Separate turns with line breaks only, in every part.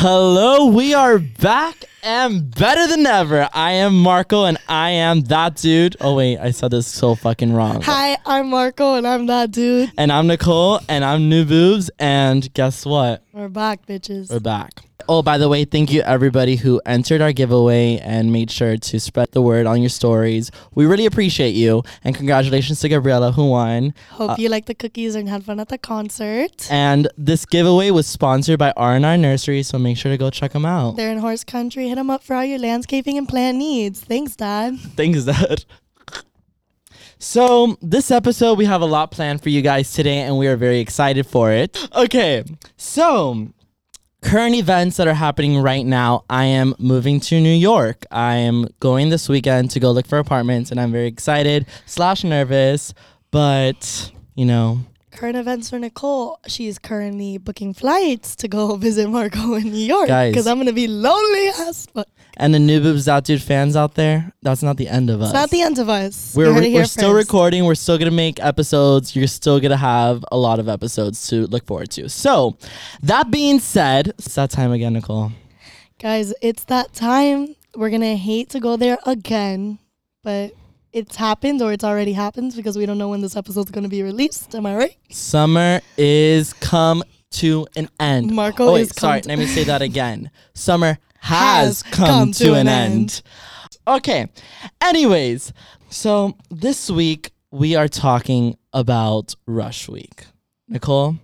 Hello, we are back and better than ever. I am Marco and I am that dude. Oh wait, I said this so fucking wrong.
Hi, I'm Marco, and I'm that dude.
And I'm Nicole and I'm New Boobs and guess what?
We're back, bitches.
We're back. Oh, by the way, thank you everybody who entered our giveaway and made sure to spread the word on your stories. We really appreciate you and congratulations to Gabriella who won.
Hope you liked the cookies and had fun at the concert.
And this giveaway was sponsored by R&R Nursery, so make sure to go check them out.
They're in horse country. Hit them up for all your landscaping and plant needs. Thanks, Dad.
Thanks, Dad. So, this episode, we have a lot planned for you guys today, and we are very excited for it. Okay, so current events that are happening right now. I am moving to New York. I am going this weekend to go look for apartments, and I'm very excited slash nervous, but you know,
Current events for Nicole. She's currently booking flights to go visit Marco in New York
Guys.
because I'm gonna be lonely as fuck.
and the new boobs out dude fans out there, that's not the end of us.
It's not the end of us. You
We're,
heard it
re- we're
here
still
first.
recording. We're still going to make episodes. You're still going to have a lot of episodes to look forward to. So, that being said, it's that time again, Nicole.
Guys, it's that time. We're gonna hate to go there again, but it's happened or it's already happened because we don't know when this episode's gonna be released. Am I right?
Summer is come to an end.
Marco
oh, wait,
is come
sorry.
to-
let me say that again. Summer has, come, to, an end. Okay. Anyways, so this week we are talking about Rush Week. Nicole,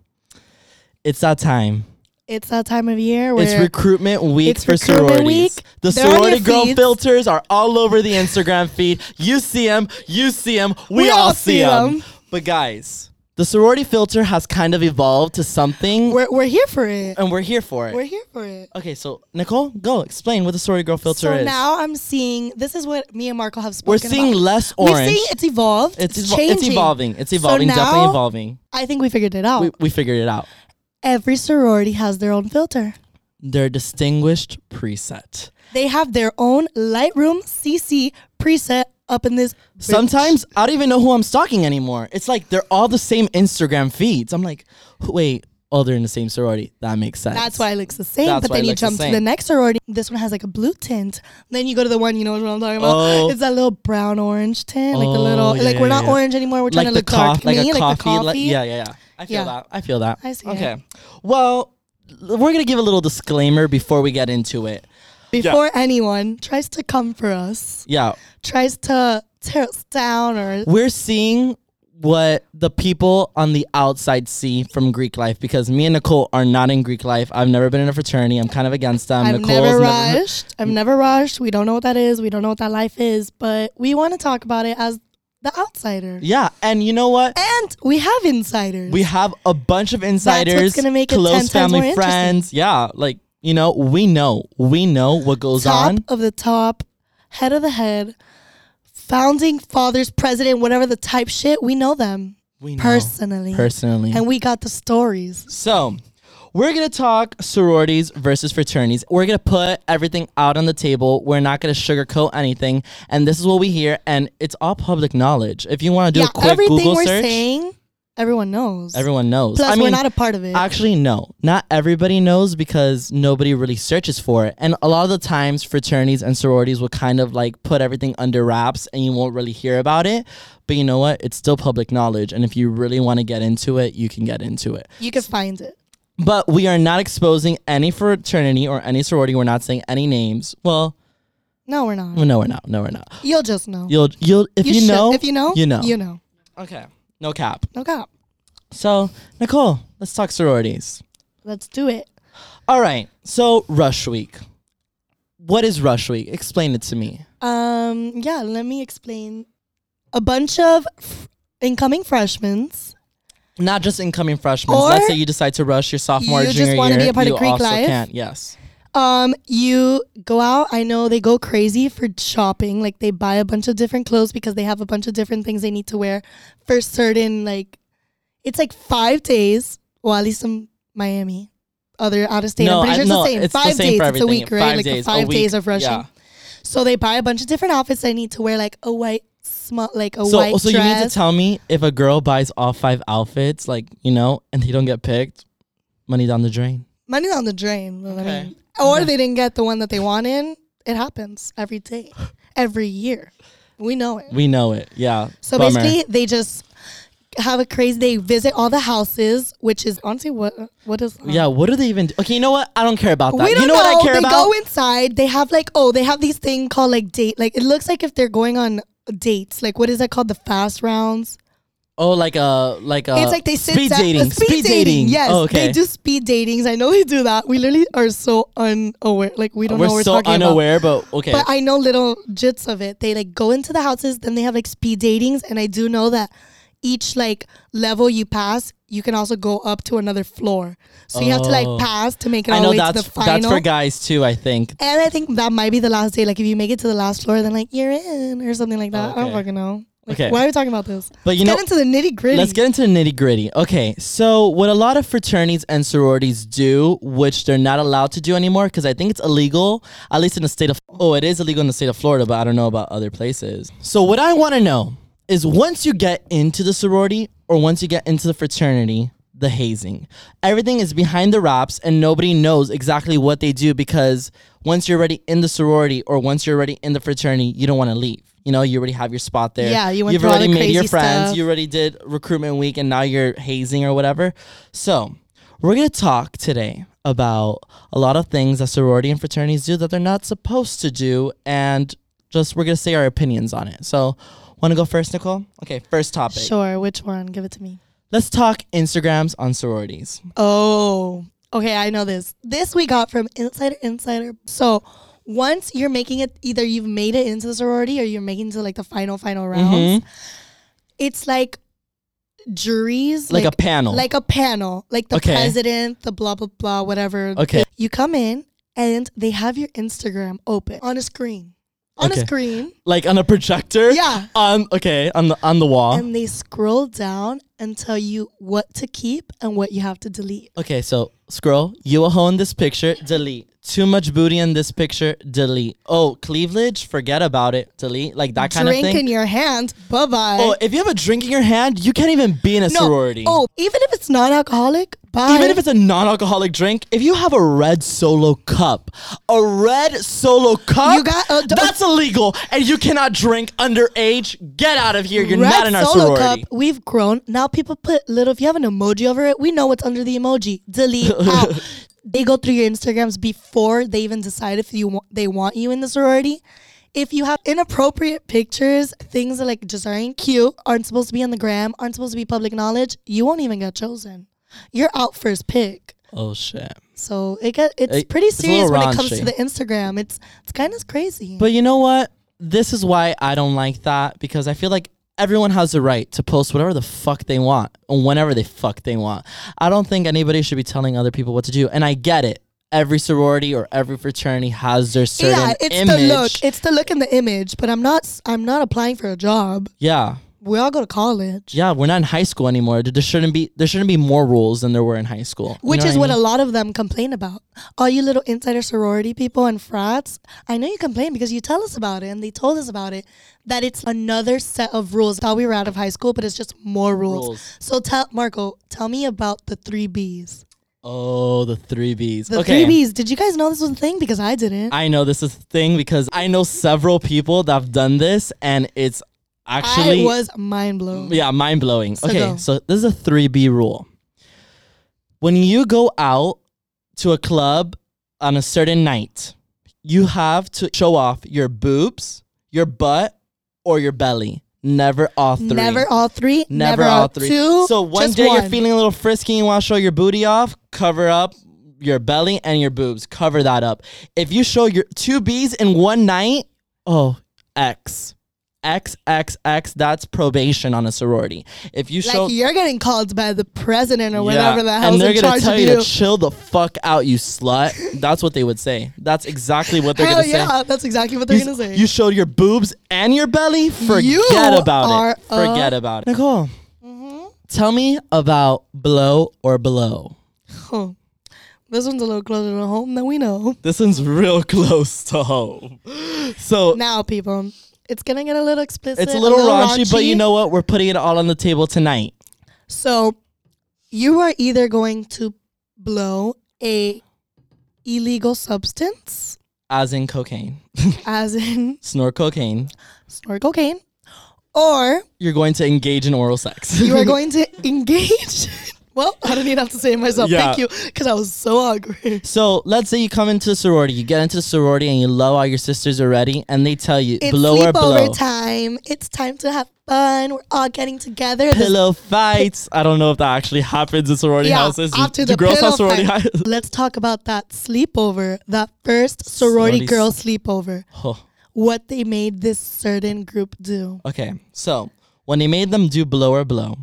it's that time.
It's that time of year where
It's recruitment week
It's
for
recruitment
sororities.
week.
The
They're on
sorority
your
girl
feeds.
filters are all over the Instagram feed. You see them, you see them, we,
We
all,
all
see
see
them.
'em.
But guys, the sorority filter has kind of evolved to something,
we're, we're here for it.
and we're here for it.
We're here for it.
okay, so Nicole, go explain what the sorority girl filter
so
is.
now I'm seeing this is what me and Marco have
we're
spoken
seeing
about.
less
We're
orange.
seeing it's evolved.
it's,
It's,
evol-
changing.
it's evolving. It's
So
evolving. definitely
now-
evolving.
I think we figured it out.
We, we figured it out.
Every sorority has their own filter.
They're distinguished preset.
They have their own Lightroom CC preset up in this. bitch.
Sometimes I don't even know who I'm stalking anymore. It's like they're all the same Instagram feeds. I'm like, "Who- wait, oh, they're in the same sorority. That makes sense.
That's why it looks the same.
That's
but
why it
then you
looks the
jump to
same.
the next sorority. This one has like a blue tint. Then you go to the one, you know what I'm talking about?
Oh.
It's that little brown orange tint. like the
Oh,
little,
yeah,
like
yeah,
we're not
yeah.
orange anymore. We're trying
like
to
the
look dark.
coffee, like
Me,
a
like
coffee,
the coffee.
like- yeah, yeah, yeah. I feel
Yeah.
that. I feel that.
I see
Okay. Well, l- we're gonna give a little disclaimer before we get into it.
Before anyone tries to come for us,
Yeah,
tries to tear us down or
we're seeing what the people on the outside see from Greek life because me and Nicole are not in Greek life. I've never been in a fraternity. I'm kind of against them.
I've
Nicole's
never
never-
rushed. I've never rushed. We don't know what that is. We don't know what that life is, but we want to talk about it as the outsider.
Yeah, and you know what?
And we have insiders.
We have a bunch of
what's
insiders,
gonna make it
close
10 times more
family
interesting.
friends. Yeah, like you know, we know, we know what goes
top
on.
of the top, head of the head, founding fathers, president, whatever the type shit. We know them
We know
personally,
personally.
and we got the stories.
so, we're gonna talk sororities versus fraternities. We're gonna put everything out on the table. We're not gonna sugarcoat anything, and this is what we hear, and it's all public knowledge. If you want to do
yeah,
a quick
everything
Google
we're
search,
saying, everyone knows.
everyone knows.
Plus,
I mean,
we're not a part of it.
Actually, no. Not everybody knows because nobody really searches for it. And a lot of the times, fraternities and sororities will kind of like put everything under wraps and you won't really hear about it. But you know what? It's still public knowledge. And if you really want to get into it, you can get into it.
you can find it.
But we are not exposing any fraternity or any sorority. We're not saying any names. Well,
No, we're not.
no, we're not. No, we're not.
You'll just know.
You'll, you'll, if you,
should-
know,
if you know,
you know.
you know.
Okay. No cap.
No cop.
So, Nicole, let's talk sororities.
Let's do it.
All right. So rush week. What is rush week? Explain it to me.
Um, yeah, let me explain. A bunch of f- incoming freshmen.
Not just incoming freshmen.
Or-
Let's say you decide to rush your sophomore
You just
junior
wanna
year.
be a part of
you
Greek
also
life?
Can. Yes.
Um, you go out. I know they go crazy for shopping. Like they buy a bunch of different clothes because they have a bunch of different things they need to wear for certain. Like it's like five days. Well, at least in Miami, other out of state.
no,
I'm pretty
I-
sure it's
no,
the same.
It's
five
the same
days.
for
it's a
everything.
week, right?
Five
like
days, a
five
week.
days of rushing.
Yeah.
So they buy a bunch of different outfits. They need to wear like a white small, like a
So,
white
so you
dress.
mean to tell me if a girl buys all five outfits, like you know, and they don't get picked, money down the drain.
money's on the drain. you know what I
Okay.
mean? Or they didn't get the one that they wanted. It happens every day, every year. We know it.
We know it. Yeah.
So
Bummer.
basically, uh, they just have a crazy. They visit all the houses, which is honestly what what is uh,
Yeah, what do they even do? Okay, you know what? I don't care about that.
We don't
you know, what I care
they
about?
go inside. They have like oh, they have these thing called like date. Like it looks like if they're going on dates. Like what is that called? The fast rounds.
oh, like a like a
it's like they sit
Uh, speed
down-
dating.
uh, speed, dating. Yes,
Oh, okay.
they do speed datings. I know they do that. We literally are so unaware. Like we don't
We're
know what we're
so
talking about.
unaware, but okay.
But I know little jits of it. They like go into the houses, then they have like speed datings, and I do know that each like level you pass, you can also go up to another floor. So you have to
Oh.
like pass to make it
I
all
know
the way to the
that's that's
final.
for guys too. I think.
and I think that might be the last day. Like if you make it to the last floor, then like you're in or something like that. I don't
Okay.
fucking know. Like,
Okay.
Why are we talking about this?
But you
Let's
know,
get into the nitty gritty.
let's get into the nitty gritty. Okay, so what a lot of fraternities and sororities do, which they're not allowed to do anymore, because I think it's illegal, at least in the state of. Oh, it is illegal in the state of Florida, but I don't know about other places. So what I want to know is, once you get into the sorority or once you get into the fraternity. The hazing. Everything is behind the wraps and nobody knows exactly what they do because once you're already in the sorority or once you're already in the fraternity, you don't want to leave. You know, you already have your spot there.
Yeah, you went
You've
through all
already
the
made your
crazy
friends.
stuff.
You already did recruitment week and now you're hazing or whatever. So, we're going to talk today about a lot of things that sorority and fraternities do that they're not supposed to do and just we're going to say our opinions on it. So, want to go first, Nicole? Okay, first topic.
Sure, which one? Give it to me.
Let's talk Instagrams on sororities.
Oh, okay. I know this. This we got from Insider Insider. So once you're making it, either you've made it into the sorority or you're making it to like the final, final rounds,
Mhm.
it's like juries.
Like, a panel.
Like a panel. Like the
Okay.
president, the blah, blah, blah, whatever.
Okay.
You come in and they have your Instagram open on a screen. On
Okay.
a scree.
like on a projector?
Yeah.
On okay, on the on the wall.
And they scroll down and tell you what to keep and what you have to delete.
Okay, so scroll. You a hoe in this picture? Delete. Too much booty in this picture? Delete. Oh, cleavage? Forget about it. Delete. Like that kind
Drink
of thing.
in your hand. Bye bye.
oh, if you have a drink in your hand, you can't even be in a sorority.
Oh, even if it's non-alcoholic, bye.
Even if it's a non-alcoholic drink, if you have a red solo cup, a red solo cup,
You got a-
that's illegal, and you cannot drink underage. Get out of here! You're
Red
not in our
solo
sorority.
cup, we've grown. Now people put little. If you have an emoji over it, we know what's under the emoji. Delete out. They go through your Instagrams before they even decide if you want, they want you in the sorority. If you have inappropriate pictures, things that like just aren't cute, aren't supposed to be on the gram, aren't supposed to be public knowledge, you won't even get chosen. You're out first pick.
Oh shit!
So it get, it's
It-
pretty
it's a
serious
little
when it comes
raunchy.
to the Instagram. It's it's kind of crazy.
But you know what? This is why I don't like that because I feel like everyone has the right to post whatever the fuck they want and whenever they fuck they want. I don't think anybody should be telling other people what to do. And I get it. Every sorority or every fraternity has their certain
yeah, it's
image.
the look. It's the look and the image. But I'm not. s- I'm not applying for a job.
yeah.
We all go to college,
Yeah, we're not in high school anymore. There there shouldn't be there shouldn't be more rules than there were in high school. You
which
know
is
what
what
I
a lot of them complain about. All you little insider sorority people and frats. I know you complain because you tell us about it, and they told us about it. That it's another set of rules. Thought we were out of high school, but it's just more rules.
Rules.
So tell Marco, tell me about the three Bs.
mean? Oh, the 3 Bs.
The
okay.
three Bs. Did you guys know this was a thing? Because I didn't.
I know this is a thing because I know several people that have done this and it's actually
I was mind blown.
Yeah, mind blowing.
So
okay,
go.
so this is a 3B rule. When you go out to a club on a certain night, you have to show off your boobs, your butt, or your belly. Never all three.
Never all three.
Never all three.
Two.
so one
just
day
one.
you're feeling a little frisky and want to show your booty off, cover up your belly and your boobs. Cover that up. If you show your two B's in one night, oh, X. X, X, X, that's probation on a sorority. If you
Like
show.
you're getting called by the president or
Yeah,
whatever the hell's
and they're
in
gonna
charge
tell
of
you
you.
to chill the fuck out, you slut. That's what they would say. That's exactly what they're
Hell
gonna
yeah,
say.
that's exactly what they're
You,
gonna say.
you showed your boobs and your belly. Forget about
are
it. Forget
a- Mm-hmm.
about it. Nicole, tell me about blow or blow.
Huh. This one's a little closer to home than we know.
This one's real close to home. So
Now, people, it's gonna get a little explicit.
it's a little, raunchy, but you know what? We're putting it all on the table tonight.
So, you are either going to blow a illegal substance,
as in cocaine,
as in
snort cocaine,
snort cocaine, or
you're going to engage in oral sex.
you are going to engage. well, I don't even have to say it myself.
Yeah.
Thank you, because I was so hungry.
so let's say you come into the sorority, you get into the sorority, and you love all your sisters already, and they tell you
It's
blow or
sleepover
blow,
time. It's time to have fun. We're all getting together. This-
pillow fights. I don't know if that actually happens in sorority
yeah,
houses. Do-
after
do
the
girls
pillow
have sorority
fight.
houses?
Let's talk about that sleepover, that first sorority
Sororities.
girl sleepover.
Oh,
What they made this certain group do.
okay, so when they made them do blow or blow,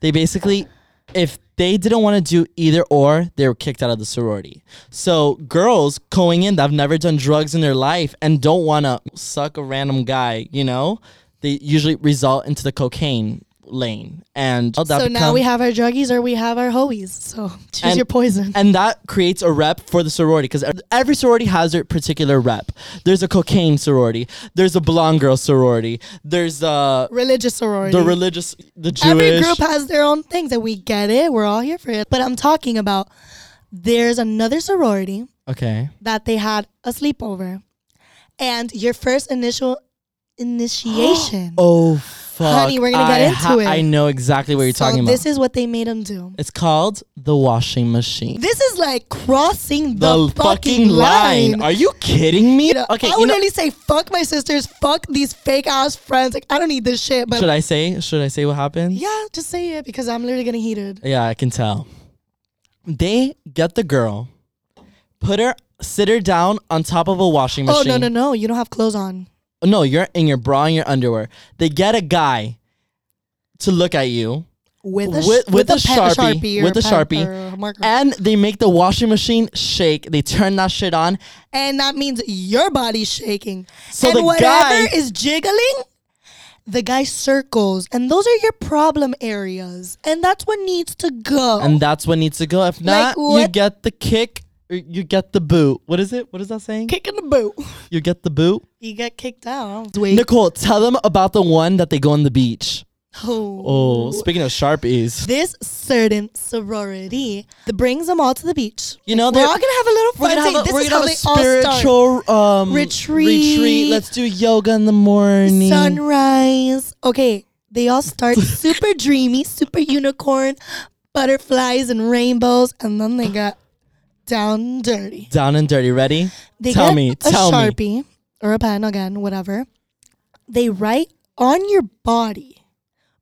they basically, if they didn't want to do either or, they were kicked out of the sorority. So girls going in that have never done drugs in their life and don't want to suck a random guy, you know, they usually result into the cocaine lane, and that
so now
become-
we have our druggies or we have our hoies. So choose
And-
your poison.
and that creates a rep for the sorority because every sorority has their particular rep. There's a cocaine sorority. There's a blonde girl sorority. There's uh,
Religious sorority.
the religious, the Jewish.
Every group has their own things, and we get it. We're all here for it. But I'm talking about there's another sorority
okay.
that they had a sleepover, and your first initial initiation.
Oh fuck.
Honey, we're gonna get
I
into it.
I know exactly what you're
so
talking
this
about.
is what they made them do.
It's called the washing machine.
This is like crossing
The,
the,
fucking line. Are you kidding me?
You know,
okay.
I
you
would
know-
only say fuck my sisters, fuck these fake ass friends. Like I don't need this shit. But
should I say? Should I say what happened?
yeah, just say it because I'm literally getting heated.
Yeah, I can tell. They get the girl, put her, sit her down on top of a washing
Oh
machine.
no no no! You don't have clothes on.
No, you're in your bra and your underwear. They get a guy to look at you,
with a, sh-
With-
with,
with
a,
a
pen,
Sharpie,
sharpie or
with a
pen
Sharpie.
or a marker. And,
and they make the washing machine shake. They turn that shit on.
that means your body's shaking.
So
and
the
whatever
guy-
is jiggling, the guy circles, and those are your problem areas, and that's what needs to go.
And that's what needs to go. If
Oh. Like
not, you
what?
get the kick or you get the boot. What is it? What is that saying?
Kick in the boot.
You get the boot.
You get kicked out. Wait.
Nicole, tell them about the one that they go on the beach.
Oh.
Oh, speaking of Sharpies.
This certain sorority that brings them all to the beach.
You know,
we're
they're-
all gonna have a little
We're
fun
gonna
day.
have a,
this
we're
is
gonna
how
have a
they all start.
spiritual um,
Retreat.
retreat. Let's do yoga in the morning.
sunrise. Okay, they all start super dreamy, super unicorn, butterflies and rainbows, and then they got down and dirty.
Down and dirty. Ready?
They
tell
get
me.
a
tell me.
sharpie or a pen again, whatever. They write on your body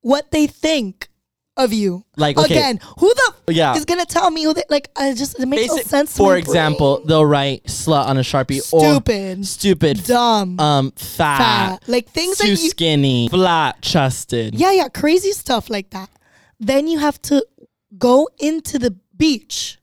what they think of you.
Like, okay.
again, who the f-
Yeah.
is gonna tell me who they like? I just it makes no
Basic-
sense. to
for
my
example,
brain.
they'll write slut on a sharpie or
stupid,
stupid,
dumb,
um, fat,
fat, like things
too
that you
skinny, flat chested.
Yeah, yeah, crazy stuff like that. Then you have to go into the beach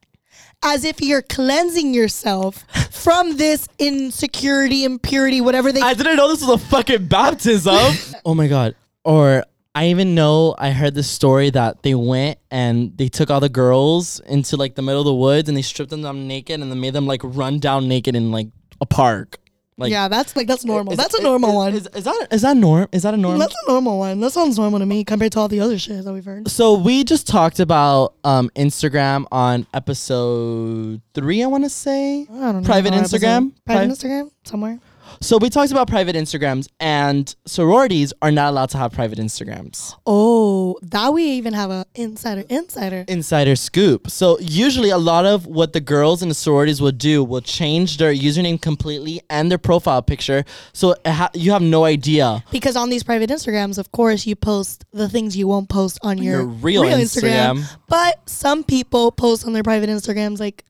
as if you're cleansing yourself from this insecurity, impurity, whatever they.
I didn't know this was a fucking baptism. oh my god! Or I even know I heard this story that they went and they took all the girls into like the middle of the woods and they stripped them down naked and then made them like run down naked in like a park. Like
yeah, that's like that's normal.
is-
that's a
is-
normal one.
Is, is that is that norm? Is that a norm?
that's a normal one. That sounds normal to me compared to all the other shit that we've heard.
So we just talked about um, Instagram on episode three, I want to say.
I don't know.
Private
how I was
Instagram?
in- Private
Pri-
Instagram? Somewhere.
So we talked about private Instagrams, and sororities are not allowed to have private Instagrams.
Oh, that we even have a insider insider.
Insider scoop. So usually, a lot of what the girls in the sororities will do will change their username completely and their profile picture, so it ha- you have no idea.
Because on these private Instagrams, of course, you post the things you won't post on your,
Your real Instagram.
But some people post on their private Instagrams like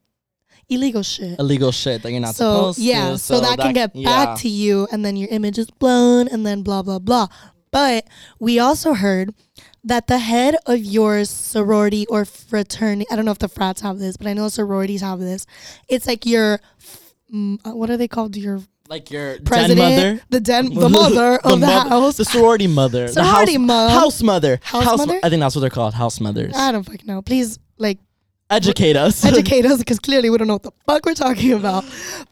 illegal shit.
Illegal shit that you're not
So
supposed
yeah,
to.
so, that, can get back to you, and then your image is blown, and then blah blah blah. But we also heard that the head of your sorority or fraternity, I don't know if the frats have this, but I know sororities have this. It's like your, mm, uh, what are they called? Your
like your den
president,
mother.
the den, the mother of the,
mother-
house.
the sorority mother, the
Sorority
house,
mom.
house mother,
House
mo-
mother? Uh,
I think that's what they're called, house mothers.
I don't fucking know. Please, like,
Educate us.
educate us because clearly we don't know what the fuck we're talking about.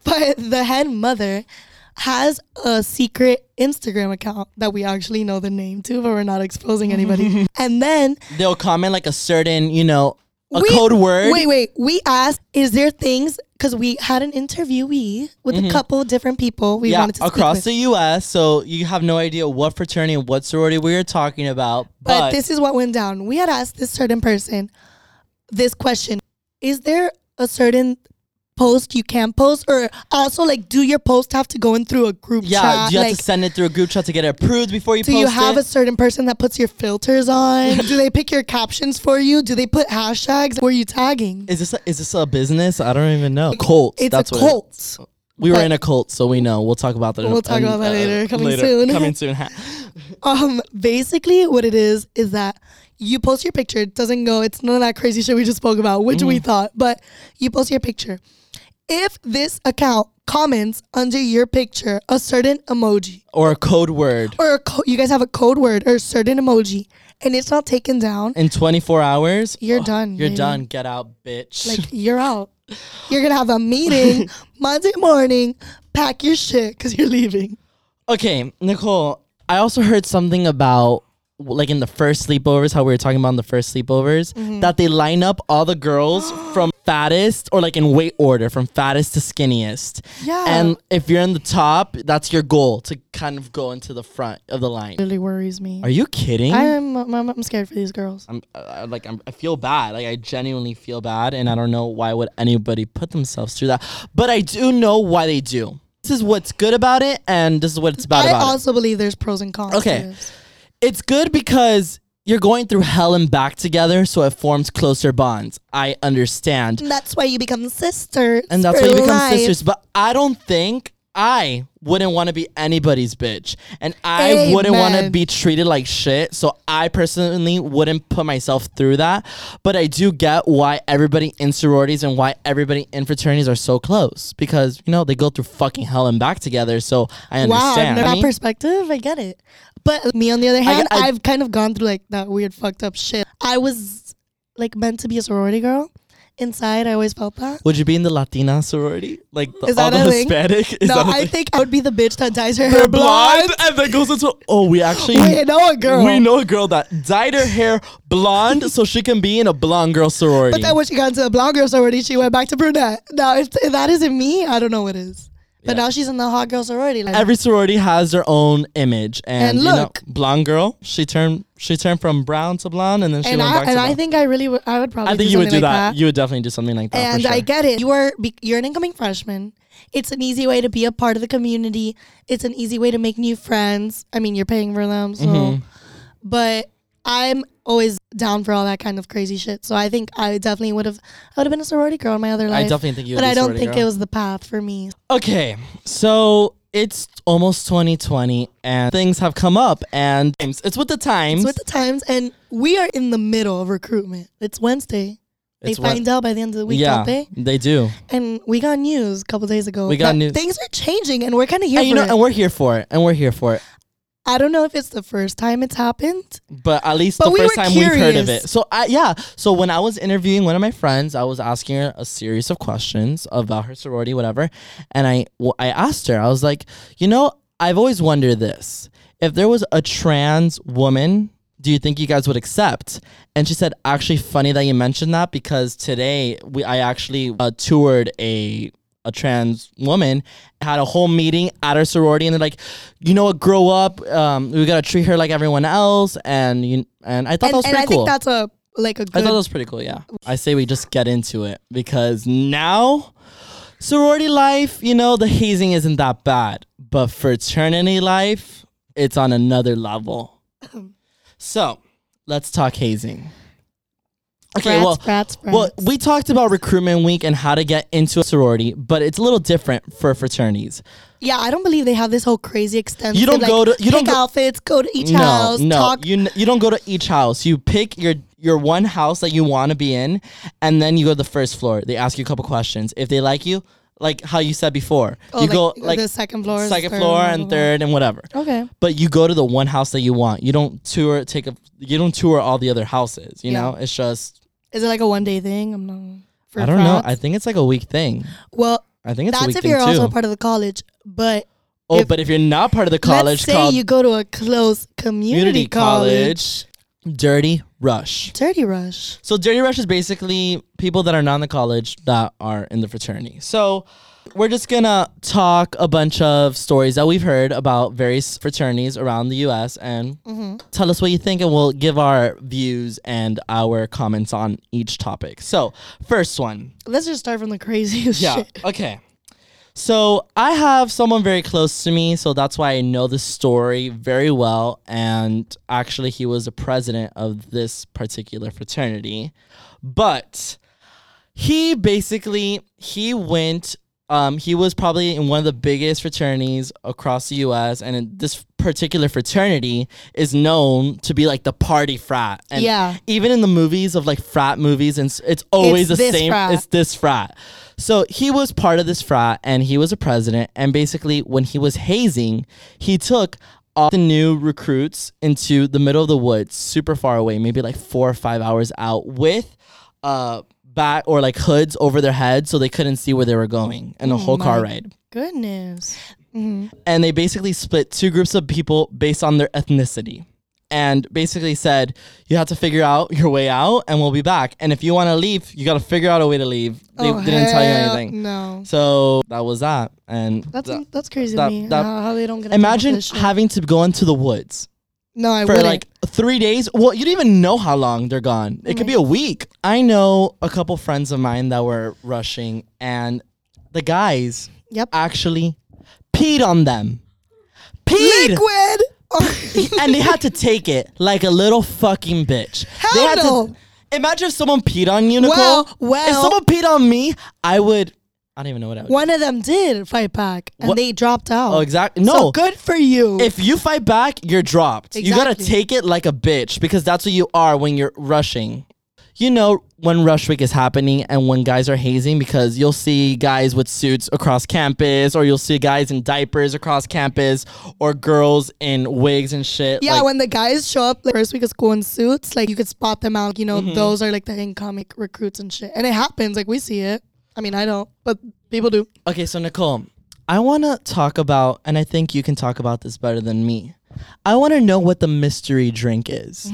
But the head mother has a secret Instagram account that we actually know the name to, but we're not exposing anybody. and then
They'll comment like a certain, you know, a code word.
Wait, wait. We asked, is there things because we had an interviewee with a couple of different people we
Mm-hmm. yeah,
wanted to
across
speak with.
the U.S. So you have no idea what fraternity and what sorority we are talking about.
but,
But,
this is what went down. We had asked this certain person this question: Is there a certain post you can post, or also like, do your post have to go in through a group
yeah,
chat?
do you have
like,
to send it through a group chat to get it approved before you
do
post
you have
it?
a certain person that puts your filters on? do they pick your captions for you? Do they put hashtags? Were you tagging?
is this a, is this a business? I don't even know. Cult.
It's
that's
a
what it-
cult.
we were
but-
in a cult, so we know. We'll talk about that. in-
We'll talk
in,
about that later. Coming soon.
Coming soon.
Um, basically, what it is is that you post your picture. It doesn't go. It's none of that crazy shit we just spoke about, which
Mm.
we thought. But you post your picture. If this account comments under your picture a certain emoji
or a code word
or a co- you guys have a code word or a certain emoji, and it's not taken down,
in 24 hours.
you're done.
You're
baby.
done. Get out, bitch.
Like you're out. You're gonna have a meeting Monday morning. Pack your shit because you're leaving.
Okay, Nicole, I also heard something about like in the first sleepovers, how we were talking about in the first sleepovers,
Mm-hmm.
that they line up all the girls from fattest or like in weight order from fattest to skinniest.
Yeah.
And if you're in the top, that's your goal to kind of go into the front of the line.
Really worries me.
Are you kidding?
I'm, I'm I'm scared for these girls.
I'm uh, like I'm, I feel bad. Like I genuinely feel bad, and I don't know why would anybody put themselves through that. But I do know why they do. This is what's good about it, and this is what it's bad
I
about. it.
also believe there's pros and cons.
Okay.
To this.
It's good because you're going through hell and back together, so it forms closer bonds. I understand.
And that's why you become sisters.
And that's
for
why you become
life.
sisters. But I don't think I wouldn't want to be anybody's bitch. And I wouldn't want to
Amen.
be treated like shit. So I personally wouldn't put myself through that. But I do get why everybody in sororities and why everybody in fraternities are so close. Because, you know, they go through fucking hell and back together. So I
Wow,
understand.
that perspective, I get it. But me, on the other hand,
I-
I, have kind of gone through like that weird fucked up shit. I was like meant to be a sorority girl. Inside, I always felt that.
Would you be in the Latina sorority? Like the,
Is
all
that
the
a thing?
Hispanic? Is
no,
that a
I
thing?
think I would be the bitch that dyes her
They're
hair blonde.
and then goes into oh, we actually
We know a girl.
we know a girl that dyed her hair blonde so she can be in a blonde girl sorority.
But then when she got into the blonde girl sorority, she went back to brunette. Now, if, if that isn't me, I don't know what is. But
Yeah.
now she's in the hot girl sorority. Like,
Every sorority has their own image, and,
And
you know,
look.
blonde girl. She turned she turned from brown to blonde, and then she
and
went
I
back
and
to
I
blonde.
think I really would. I would probably.
I think you would do
something like
that. You would definitely do something like that. Oh, for
and I
sure.
get it. You are be- you're an incoming freshman. It's an easy way to be a part of the community. It's an easy way to make new friends. I mean, you're paying for them, so.
Mm-hmm.
But I'm always down for all that kind of crazy shit. So I think I definitely would have. I would have been a sorority girl in my other
I
life.
definitely think you. would
but
be
I don't
sorority
think
girl.
it was the path for me.
Okay, so it's almost 2020, and things have come up, and it's with the times.
It's with the times, and we are in the middle of recruitment. It's Wednesday. They
It's when-
find out by the end of the week,
yeah,
don't they?
they do.
And we got news a couple days ago.
We got
that
news.
Things are changing, and we're kind of here.
and you
for
know,
it.
and we're here for it, and we're here for it.
I don't know if it's the first time it's happened.
But at least
But
the
we
first
were
time we've heard of
curious.
it. So I yeah. So when I was interviewing one of my friends, I was asking her a series of questions about her sorority, whatever. And I w- I asked her, I was like, you know, I've always wondered this: if there was a trans woman, do you think you guys would accept? And she said, actually, funny that you mentioned that because today we I actually uh, toured a a trans woman had a whole meeting at her sorority and they're like you know what grow up um, we gotta treat her like everyone else and you and i thought that
And,
was
and
pretty
I
cool
think that's a like a
i
good.
thought that was pretty cool yeah i say we just get into it because now sorority life you know the hazing isn't that bad but fraternity life it's on another level so let's talk hazing okay
brats,
well
brats, brats.
well, we talked about recruitment week and how to get into a sorority, but it's a little different for fraternities.
yeah, I don't believe they have this whole crazy extensive.
You don't
like,
go to- you don't
pick
go-
outfits, go to each
no,
house,
no,
talk.
you n- you don't go to each house. You pick your your one house that you want to be in, and then you go to the first floor. They ask you a couple questions. If they like you, like how you said before,
oh,
you
like,
go like
the second floor,
second
third,
floor
blah,
and
blah, blah.
third and whatever.
Okay.
But you go to the one house that you want. You don't tour take a you don't tour all the other houses. You
Yeah.
know, it's just
Is it like a one day thing? I'm not. For
I don't know.
frats?
I think it's like a week thing.
well,
I think it's a
that's
week
if
thing
you're
too.
also part of the college, but
oh,
if-
but if you're not part of the college
let's say
called
you go to a close community,
community college, Dirty Rush.
Dirty Rush.
So Dirty Rush is basically people that are not in the college that are in the fraternity. So we're just gonna talk a bunch of stories that we've heard about various fraternities around the US and tell us what you think and we'll give our views and our comments on each topic. So first one.
Let's just start from the craziest shit.
Okay. So I have someone very close to me, so that's why I know this story very well. And actually, he was the president of this particular fraternity, but he basically he went. Um, he was probably in one of the biggest fraternities across the U.S., and in this particular fraternity is known to be like the party frat. And
Yeah.
Even in the movies of like frat movies, and s- it's always
It's
the
this
same.
frat.
It's this frat. So he was part of this frat and he was a president. And basically, when he was hazing, he took all the new recruits into the middle of the woods, super far away, maybe like four or five hours out, with uh bat or like hoods over their heads so they couldn't see where they were going
Oh
and a whole car ride
Goodness. Mm-hmm.
and they basically split two groups of people based on their ethnicity and basically said you have to figure out your way out and we'll be back and if you want to leave you got to figure out a way to leave they
Oh,
didn't tell you
hell
anything
No.
so that was that and
That's
tha-
that's crazy
that-
to me.
that-
how, how they don't get.
imagine
accomplished shit.
having to go into the woods
no, I
for
wouldn't.
like three days well you don't even know how long they're gone it could be a week i know a couple friends of mine that were rushing and the guys
yep.
actually peed on them peed
Liquid. Oh,
and they had to take it like a little fucking bitch. they
Hell
had
no.
to imagine if someone peed on you, Nicole.
Well,
if
well.
someone peed on me, I would. I don't even know what I would.
one of them did fight back, and
What-
they dropped out.
Oh, exactly.
So
No.
good for you.
if you fight back, you're dropped. You gotta
Exactly.
take it like a bitch because that's what you are when you're rushing. You know when rush week is happening and when guys are hazing because you'll see guys with suits across campus or you'll see guys in diapers across campus or girls in wigs and shit.
yeah,
like-
when the guys show up like first week of school in suits, like you could spot them out. You know,
Mm-hmm.
those are like the incoming recruits and shit, and it happens. Like we see it. I mean, I don't, but people do.
Okay, so Nicole, I want to talk about, and I think you can talk about this better than me. I want to know what the mystery drink is.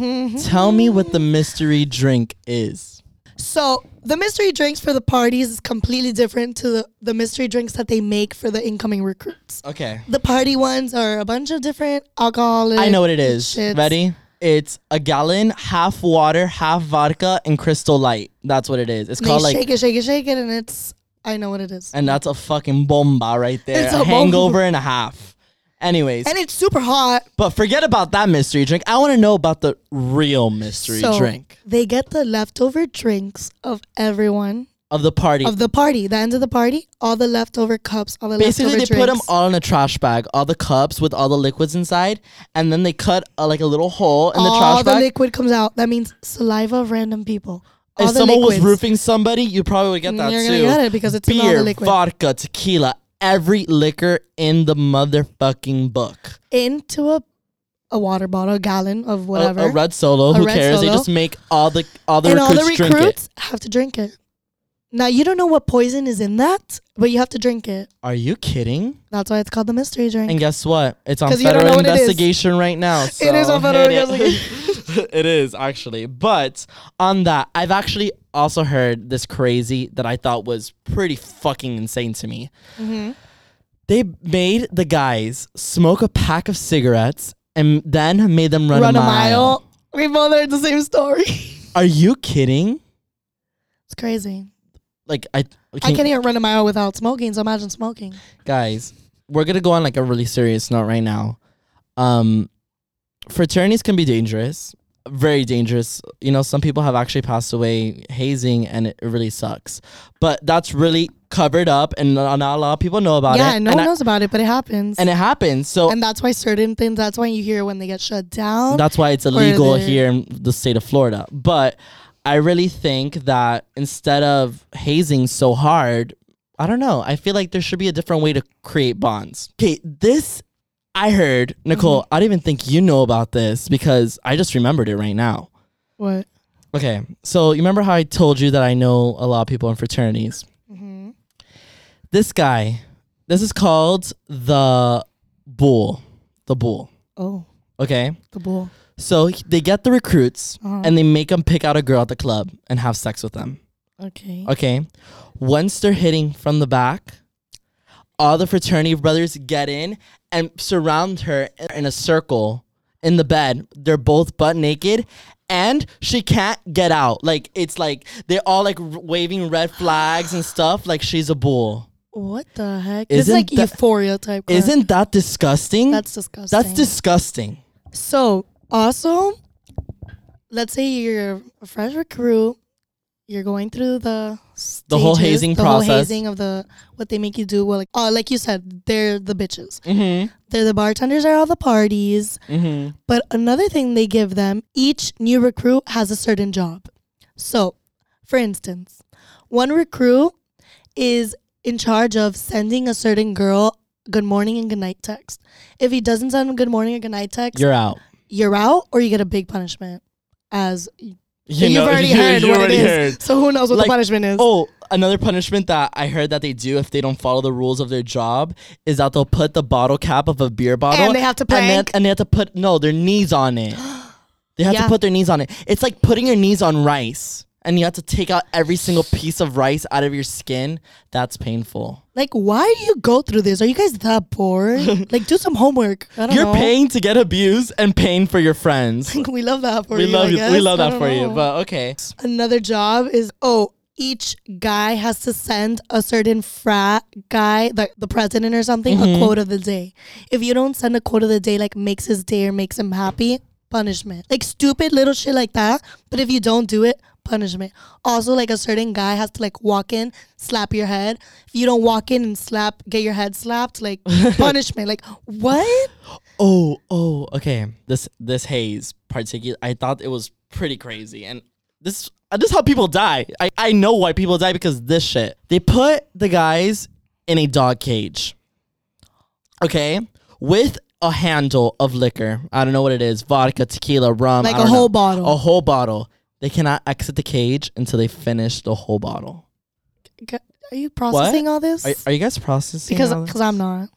Tell me what the mystery drink is.
So the mystery drinks for the parties is completely different to the, the mystery drinks that they make for the incoming recruits.
Okay.
The party ones are a bunch of different alcoholic.
I know what it is.
shits.
Ready? It's a gallon, half water, half vodka, and crystal light. That's what it is. It's
They
called like,
shake it, shake it, shake it, and it's. I know what it is.
and that's a fucking bomba right there.
It's
a
a bomba.
hangover and a half. Anyways,
And it's super hot.
but forget about that mystery drink. I want to know about the real mystery
so
drink
they get the leftover drinks of everyone
of the party.
of the party. The end of the party, all the leftover cups, all the
Basically, they
leftover
put them
drinks.
all in a trash bag, all the cups with all the liquids inside, and then they cut uh like a little hole in the
all
trash
the
bag.
liquid comes out. That means saliva of random people. All
if
the
someone was
liquids. Mm,
roofing somebody, you probably would get that
You're
too.
gonna get it because it's in all the
Beer,
liquid.
vodka, tequila, every liquor in the motherfucking book.
into a a water bottle, a gallon of
A-
whatever.
A, red solo.
A
who
red
cares? They
Solo.
just make all the all the
and all
recruits
the
drink it.
recruits have to drink it. Now you don't know what poison is in that, but you have to drink it.
Are you kidding?
That's why it's called the mystery drink.
And guess what? It's on
'Cause you don't know
federal
what it is.
investigation right now.
It is
so
on federal
hit it. it is actually. But on that, I've actually also heard this crazy that I thought was pretty fucking insane to me.
Mm-hmm.
They made the guys smoke a pack of cigarettes and then made them run,
Run a mile. We both heard the same story. it's
Are you kidding?
crazy.
Like I,
I can't even run a mile without smoking. So imagine smoking.
guys, we're gonna go on like a really serious note right now. Um, fraternities can be dangerous, very dangerous. You know, some people have actually passed away hazing, and it really sucks. But that's really covered up, and not not a lot of people know about
yeah,
it.
no
and,
one
I-
knows about it, but it happens.
and
And,
it happens. So
that's why certain things. That's why you hear when they get shut down.
That's why it's illegal
there-
here in the state of Florida. But I really think that instead of hazing so hard, I don't know. I feel like there should be a different way to create bonds. Mm-hmm. Okay, this I heard, Nicole, I don't even think you know about this because I just remembered it right now.
what?
Okay, so you remember how I told you that I know a lot of people in fraternities?
Mm-hmm.
This guy, this is called the bull. The bull.
Oh,
Okay.
the bull. Uh-huh.
So he- they get the recruits and they make them pick out a girl at the club and have sex with them.
Okay.
Okay. Once they're hitting from the back, all the fraternity brothers get in and surround her in a circle in the bed. They're both butt naked and she can't get out. Like, it's like they're all like r- waving red flags and stuff. Like, she's a bull.
What the heck? it's
Isn't
like
that-
euphoria type. crap.
Isn't that disgusting?
that's disgusting?
That's disgusting.
So also, let's say you're a fresh recruit. You're going through the
The whole
stages,
hazing
the
process.
whole hazing of the what they make you do. Well, like, oh, like you said, they're the bitches.
Mm-hmm.
They're the bartenders at all the parties.
Mm-hmm.
But another thing they give them, each new recruit has a certain job. So, for instance, one recruit is in charge of sending a certain girl good morning and good night text. If he doesn't send a good morning or good night text,
You're out.
you're out or you get a big punishment. As
You
you've
know-
already
you-
heard
you
what
already
it is.
heard.
So who knows what
Like-
the punishment is?
Oh, another punishment that I heard that they do if they don't follow the rules of their job is that they'll put the bottle cap of a beer bottle
And they have to
and
plank?
they, and they have to put no their knees on it. They have
Yeah.
to put their knees on it. It's like putting your knees on rice, and you have to take out every single piece of rice out of your skin. That's painful.
Like, why do you go through this? Are you guys that bored? like, do some homework. I don't
You're
know.
paying to get abused and paying for your friends.
we love that for
we
you.
love
I
you. We
guess.
love
I
that
don't
for you.
know.
But okay.
another job is oh each guy has to send a certain frat guy like the president or something a
Mm-hmm.
quote of the day if you don't send a quote of the day like makes his day or makes him happy punishment like stupid little shit like that but if you don't do it punishment also like a certain guy has to like walk in slap your head if you don't walk in and slap get your head slapped like punishment like what
Oh, oh, okay. This this haze particular, I thought it was pretty crazy, and this uh, this is how people die. I I know why people die because this shit. They put the guys in a dog cage, okay, with a handle of liquor. I don't know what it is, vodka, tequila, rum,
Like
I
a
don't know.
whole bottle.
a whole bottle. They cannot exit the cage until they finish the whole bottle.
G- are you processing all this
Are, are you guys processing?
because
all this?
cause i'm not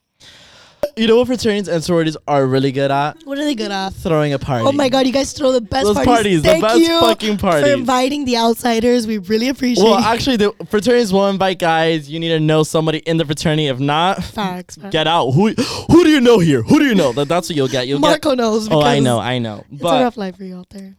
you know what fraternities and sororities are really good at
what are they good at
throwing a party.
Oh my god, you guys throw the best
Those
parties.
parties, the
Thank
best
you
fucking parties.
For inviting the outsiders. We really appreciate
Well,
it.
actually, the fraternities will invite guys. You need to know somebody in the fraternity. If not,
Facts. facts.
get out. Who who do you know here? Who do you know? That, that's what you'll get. You'll get.
Marco knows
Oh,
because
I know, I know.
It's a
But
rough life for you out there.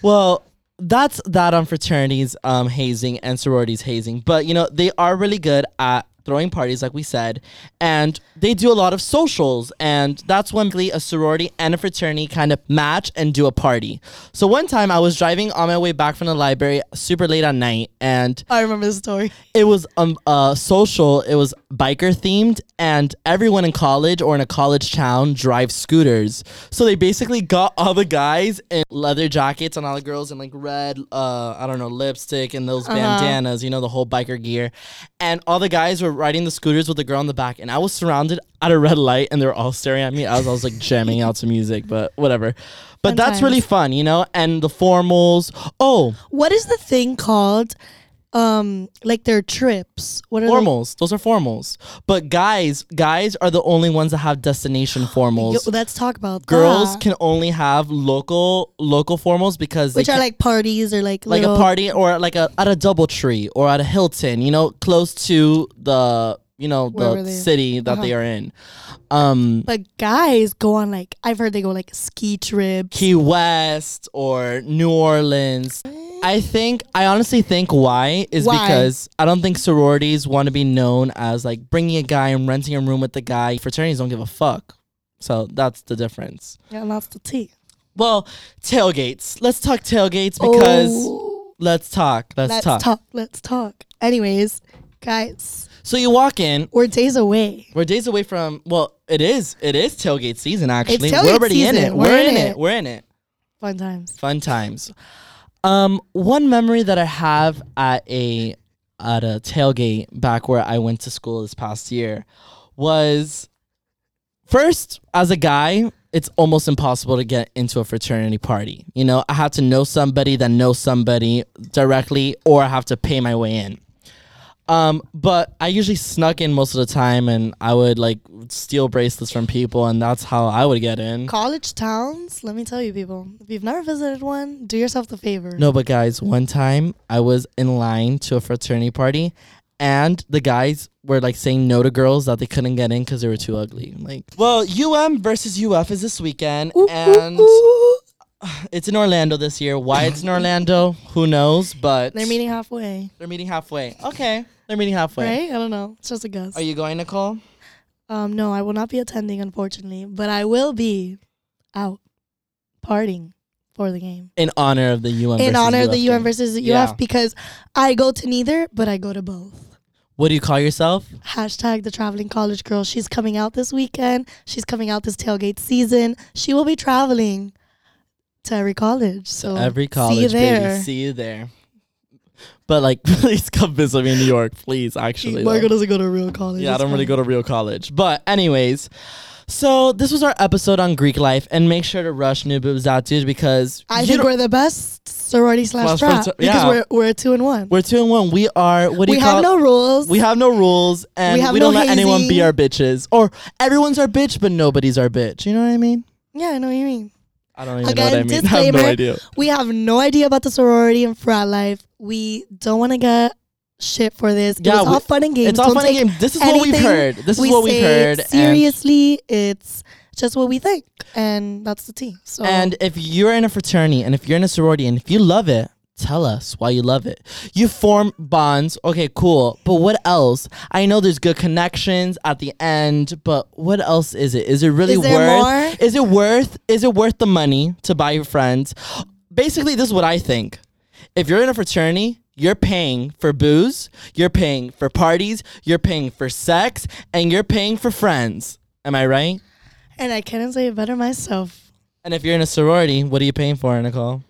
well, that's that on fraternities um, hazing and sororities hazing. But you know, they are really good at throwing parties, like we said, and they do a lot of socials, and that's when really a sorority and a fraternity kind of match and do a party. So one time, I was driving on my way back from the library, super late at night, and
I remember the story.
it was um uh social it was biker themed and everyone in college or in a college town drives scooters so they basically got all the guys in leather jackets and all the girls in like red uh i don't know lipstick and
Uh-huh.
those bandanas you know the whole biker gear and all the guys were riding the scooters with the girl in the back and i was surrounded at a red light and they were all staring at me as i was like jamming out to music but whatever but
Fun
that's
times.
really fun you know and the formals oh
What is the thing called? Um, like their trips. What are
formals. Those are formals. But guys, guys are the only ones that have destination
They?
formals.
Yo, let's talk about
Girls
that.
can only have local local formals because
which
they
are
can-
like parties or like
like a
little-
party or like a at a DoubleTree or at a Hilton, you know, close to the you know
Wherever
the
they- Uh-huh.
city that they are in. Um
But guys go on like I've heard they go like ski trips.
Key West or New Orleans. I think I honestly think why is
Why?
because I don't think sororities want to be known as like bringing a guy and renting a room with the guy. Fraternities don't give a fuck. So that's the difference.
and that's the tea.
Well, tailgates. Let's talk tailgates because
Oh.
let's talk. Let's,
let's
talk.
talk. Let's talk. Anyways, guys.
So you walk in.
We're days away.
We're days away from well, it is it is tailgate season actually.
tailgate
We're already in
season.
it. We're,
We're in
in it.
it.
We're in it.
Fun times.
Fun times. Um, one memory that I have at a at a tailgate back where I went to school this past year was first as a guy, it's almost impossible to get into a fraternity party. You know, I have to know somebody that knows somebody directly, or I have to pay my way in. Um, but I usually snuck in most of the time, and I would like steal bracelets from people, and that's how I would get in.
College towns, let me tell you, people, if you've never visited one, do yourself the favor.
No, but guys, one time I was in line to a fraternity party, and the guys were like saying no to girls that they couldn't get in because they were too ugly. Like, well, UM versus UF is this weekend,
Ooh, ooh,
and
ooh.
it's in Orlando this year. Why it's in Orlando, who knows? But
They're meeting halfway,
They're meeting halfway. Okay, they're meeting halfway.
right? I don't know. It's just a guess.
Are you going, Nicole?
um, no, I will not be attending, unfortunately, but I will be out partying for the game
In honor of the UM.
in
versus
honor
UF
of the
game.
UM versus UF
Yeah.
because I go to neither, but I go to both.
What do you call yourself?
Hashtag the traveling college girl. She's coming out this weekend. She's coming out this tailgate season. She will be traveling to every college. So
Every college,
Oh, see you there.
baby. See you there. But like, please come visit me in New York, please. Actually, though.
Margo doesn't go to real college.
yeah, I
It's
don't really go
fine.
to real college. But anyways, so this was our episode on Greek life, and make sure to rush New Boobs out, dude, because
I
you
think
don't-
we're the best sorority
Slash
slash frat
frater-
because
yeah.
we're we're a two and one.
we're two and one. We are what do
we
you
have
call?
no rules.
we have no rules, and we,
We have
don't
no
let anyone be
hazing.
our bitches, or everyone's our bitch, but nobody's our bitch. You know what I mean?
yeah, I know what you mean.
I don't even know
Again,
what I mean. I have no
disclaimer.
idea.
We have no idea about the sorority and frat life. We don't want to get shit for this.
Yeah,
it was
we-
all fun and games.
It's all
Don't
fun and
take
game. This is what we've
anything
heard. This
we
is what we've
say
heard. and-
Seriously, it's just what we think, and that's the tea. So
And if you're in a fraternity and if you're in a sorority and if you love it, tell us why you love it. You form bonds. Okay, cool. But what else? I know there's good connections at the end, but what else is it? Is it really
Is there
worth
more?
Is it worth is it worth the money to buy your friends? Basically, this is what I think. If you're in a fraternity, you're paying for booze, you're paying for parties, you're paying for sex, and you're paying for friends. Am I right?
and I couldn't say it better myself.
And if you're in a sorority, what are you paying for, Nicole?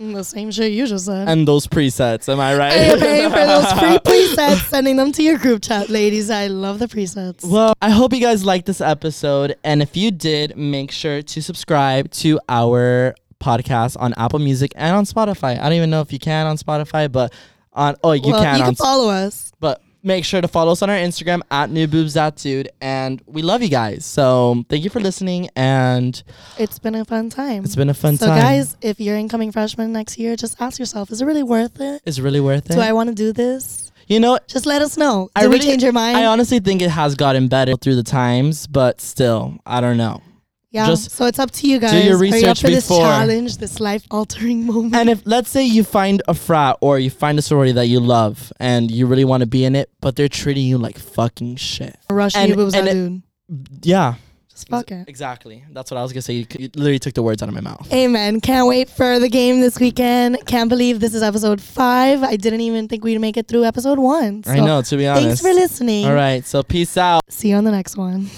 Mm, The same shit you just said.
and those presets. Am I
I am
right?
paying for those free presets, sending them to your group chat, ladies. I love the presets.
well, I hope you guys liked this episode. And if you did, make sure to subscribe to our podcast on Apple Music and on Spotify. I don't even know if you can on Spotify, but on oh you
Well,
can
you
on
can follow us.
but make sure to follow us on our Instagram at newboobs.dude. And we love you guys. So thank you for listening and
It's been a fun time.
it's been a fun
so
time.
guys, if you're incoming freshman next year, just ask yourself: Is it really worth it?
it's really worth it.
Do I want to do this?
you know,
Just let us know.
I
Did we
really-
change your mind?
I honestly think it has gotten better through the times, but still, I don't know.
yeah.
just
so it's up to you guys.
your
Are you up
research
for this
before.
challenge, this life-altering moment?
And if let's say you find a frat or you find a sorority that you love and you really want to be in it, but they're treating you like fucking shit.
Russian
And-
and, boobs
and
on
it-
dude.
Yeah,
Just fuck it.
exactly. That's what I was gonna say. You, c- you literally took the words out of my mouth.
Amen. Can't wait for the game this weekend. Can't believe this is episode five. I didn't even think we'd make it through episode one.
I
So
know. To be honest.
Thanks for listening.
All right. So peace out.
See you on the next one.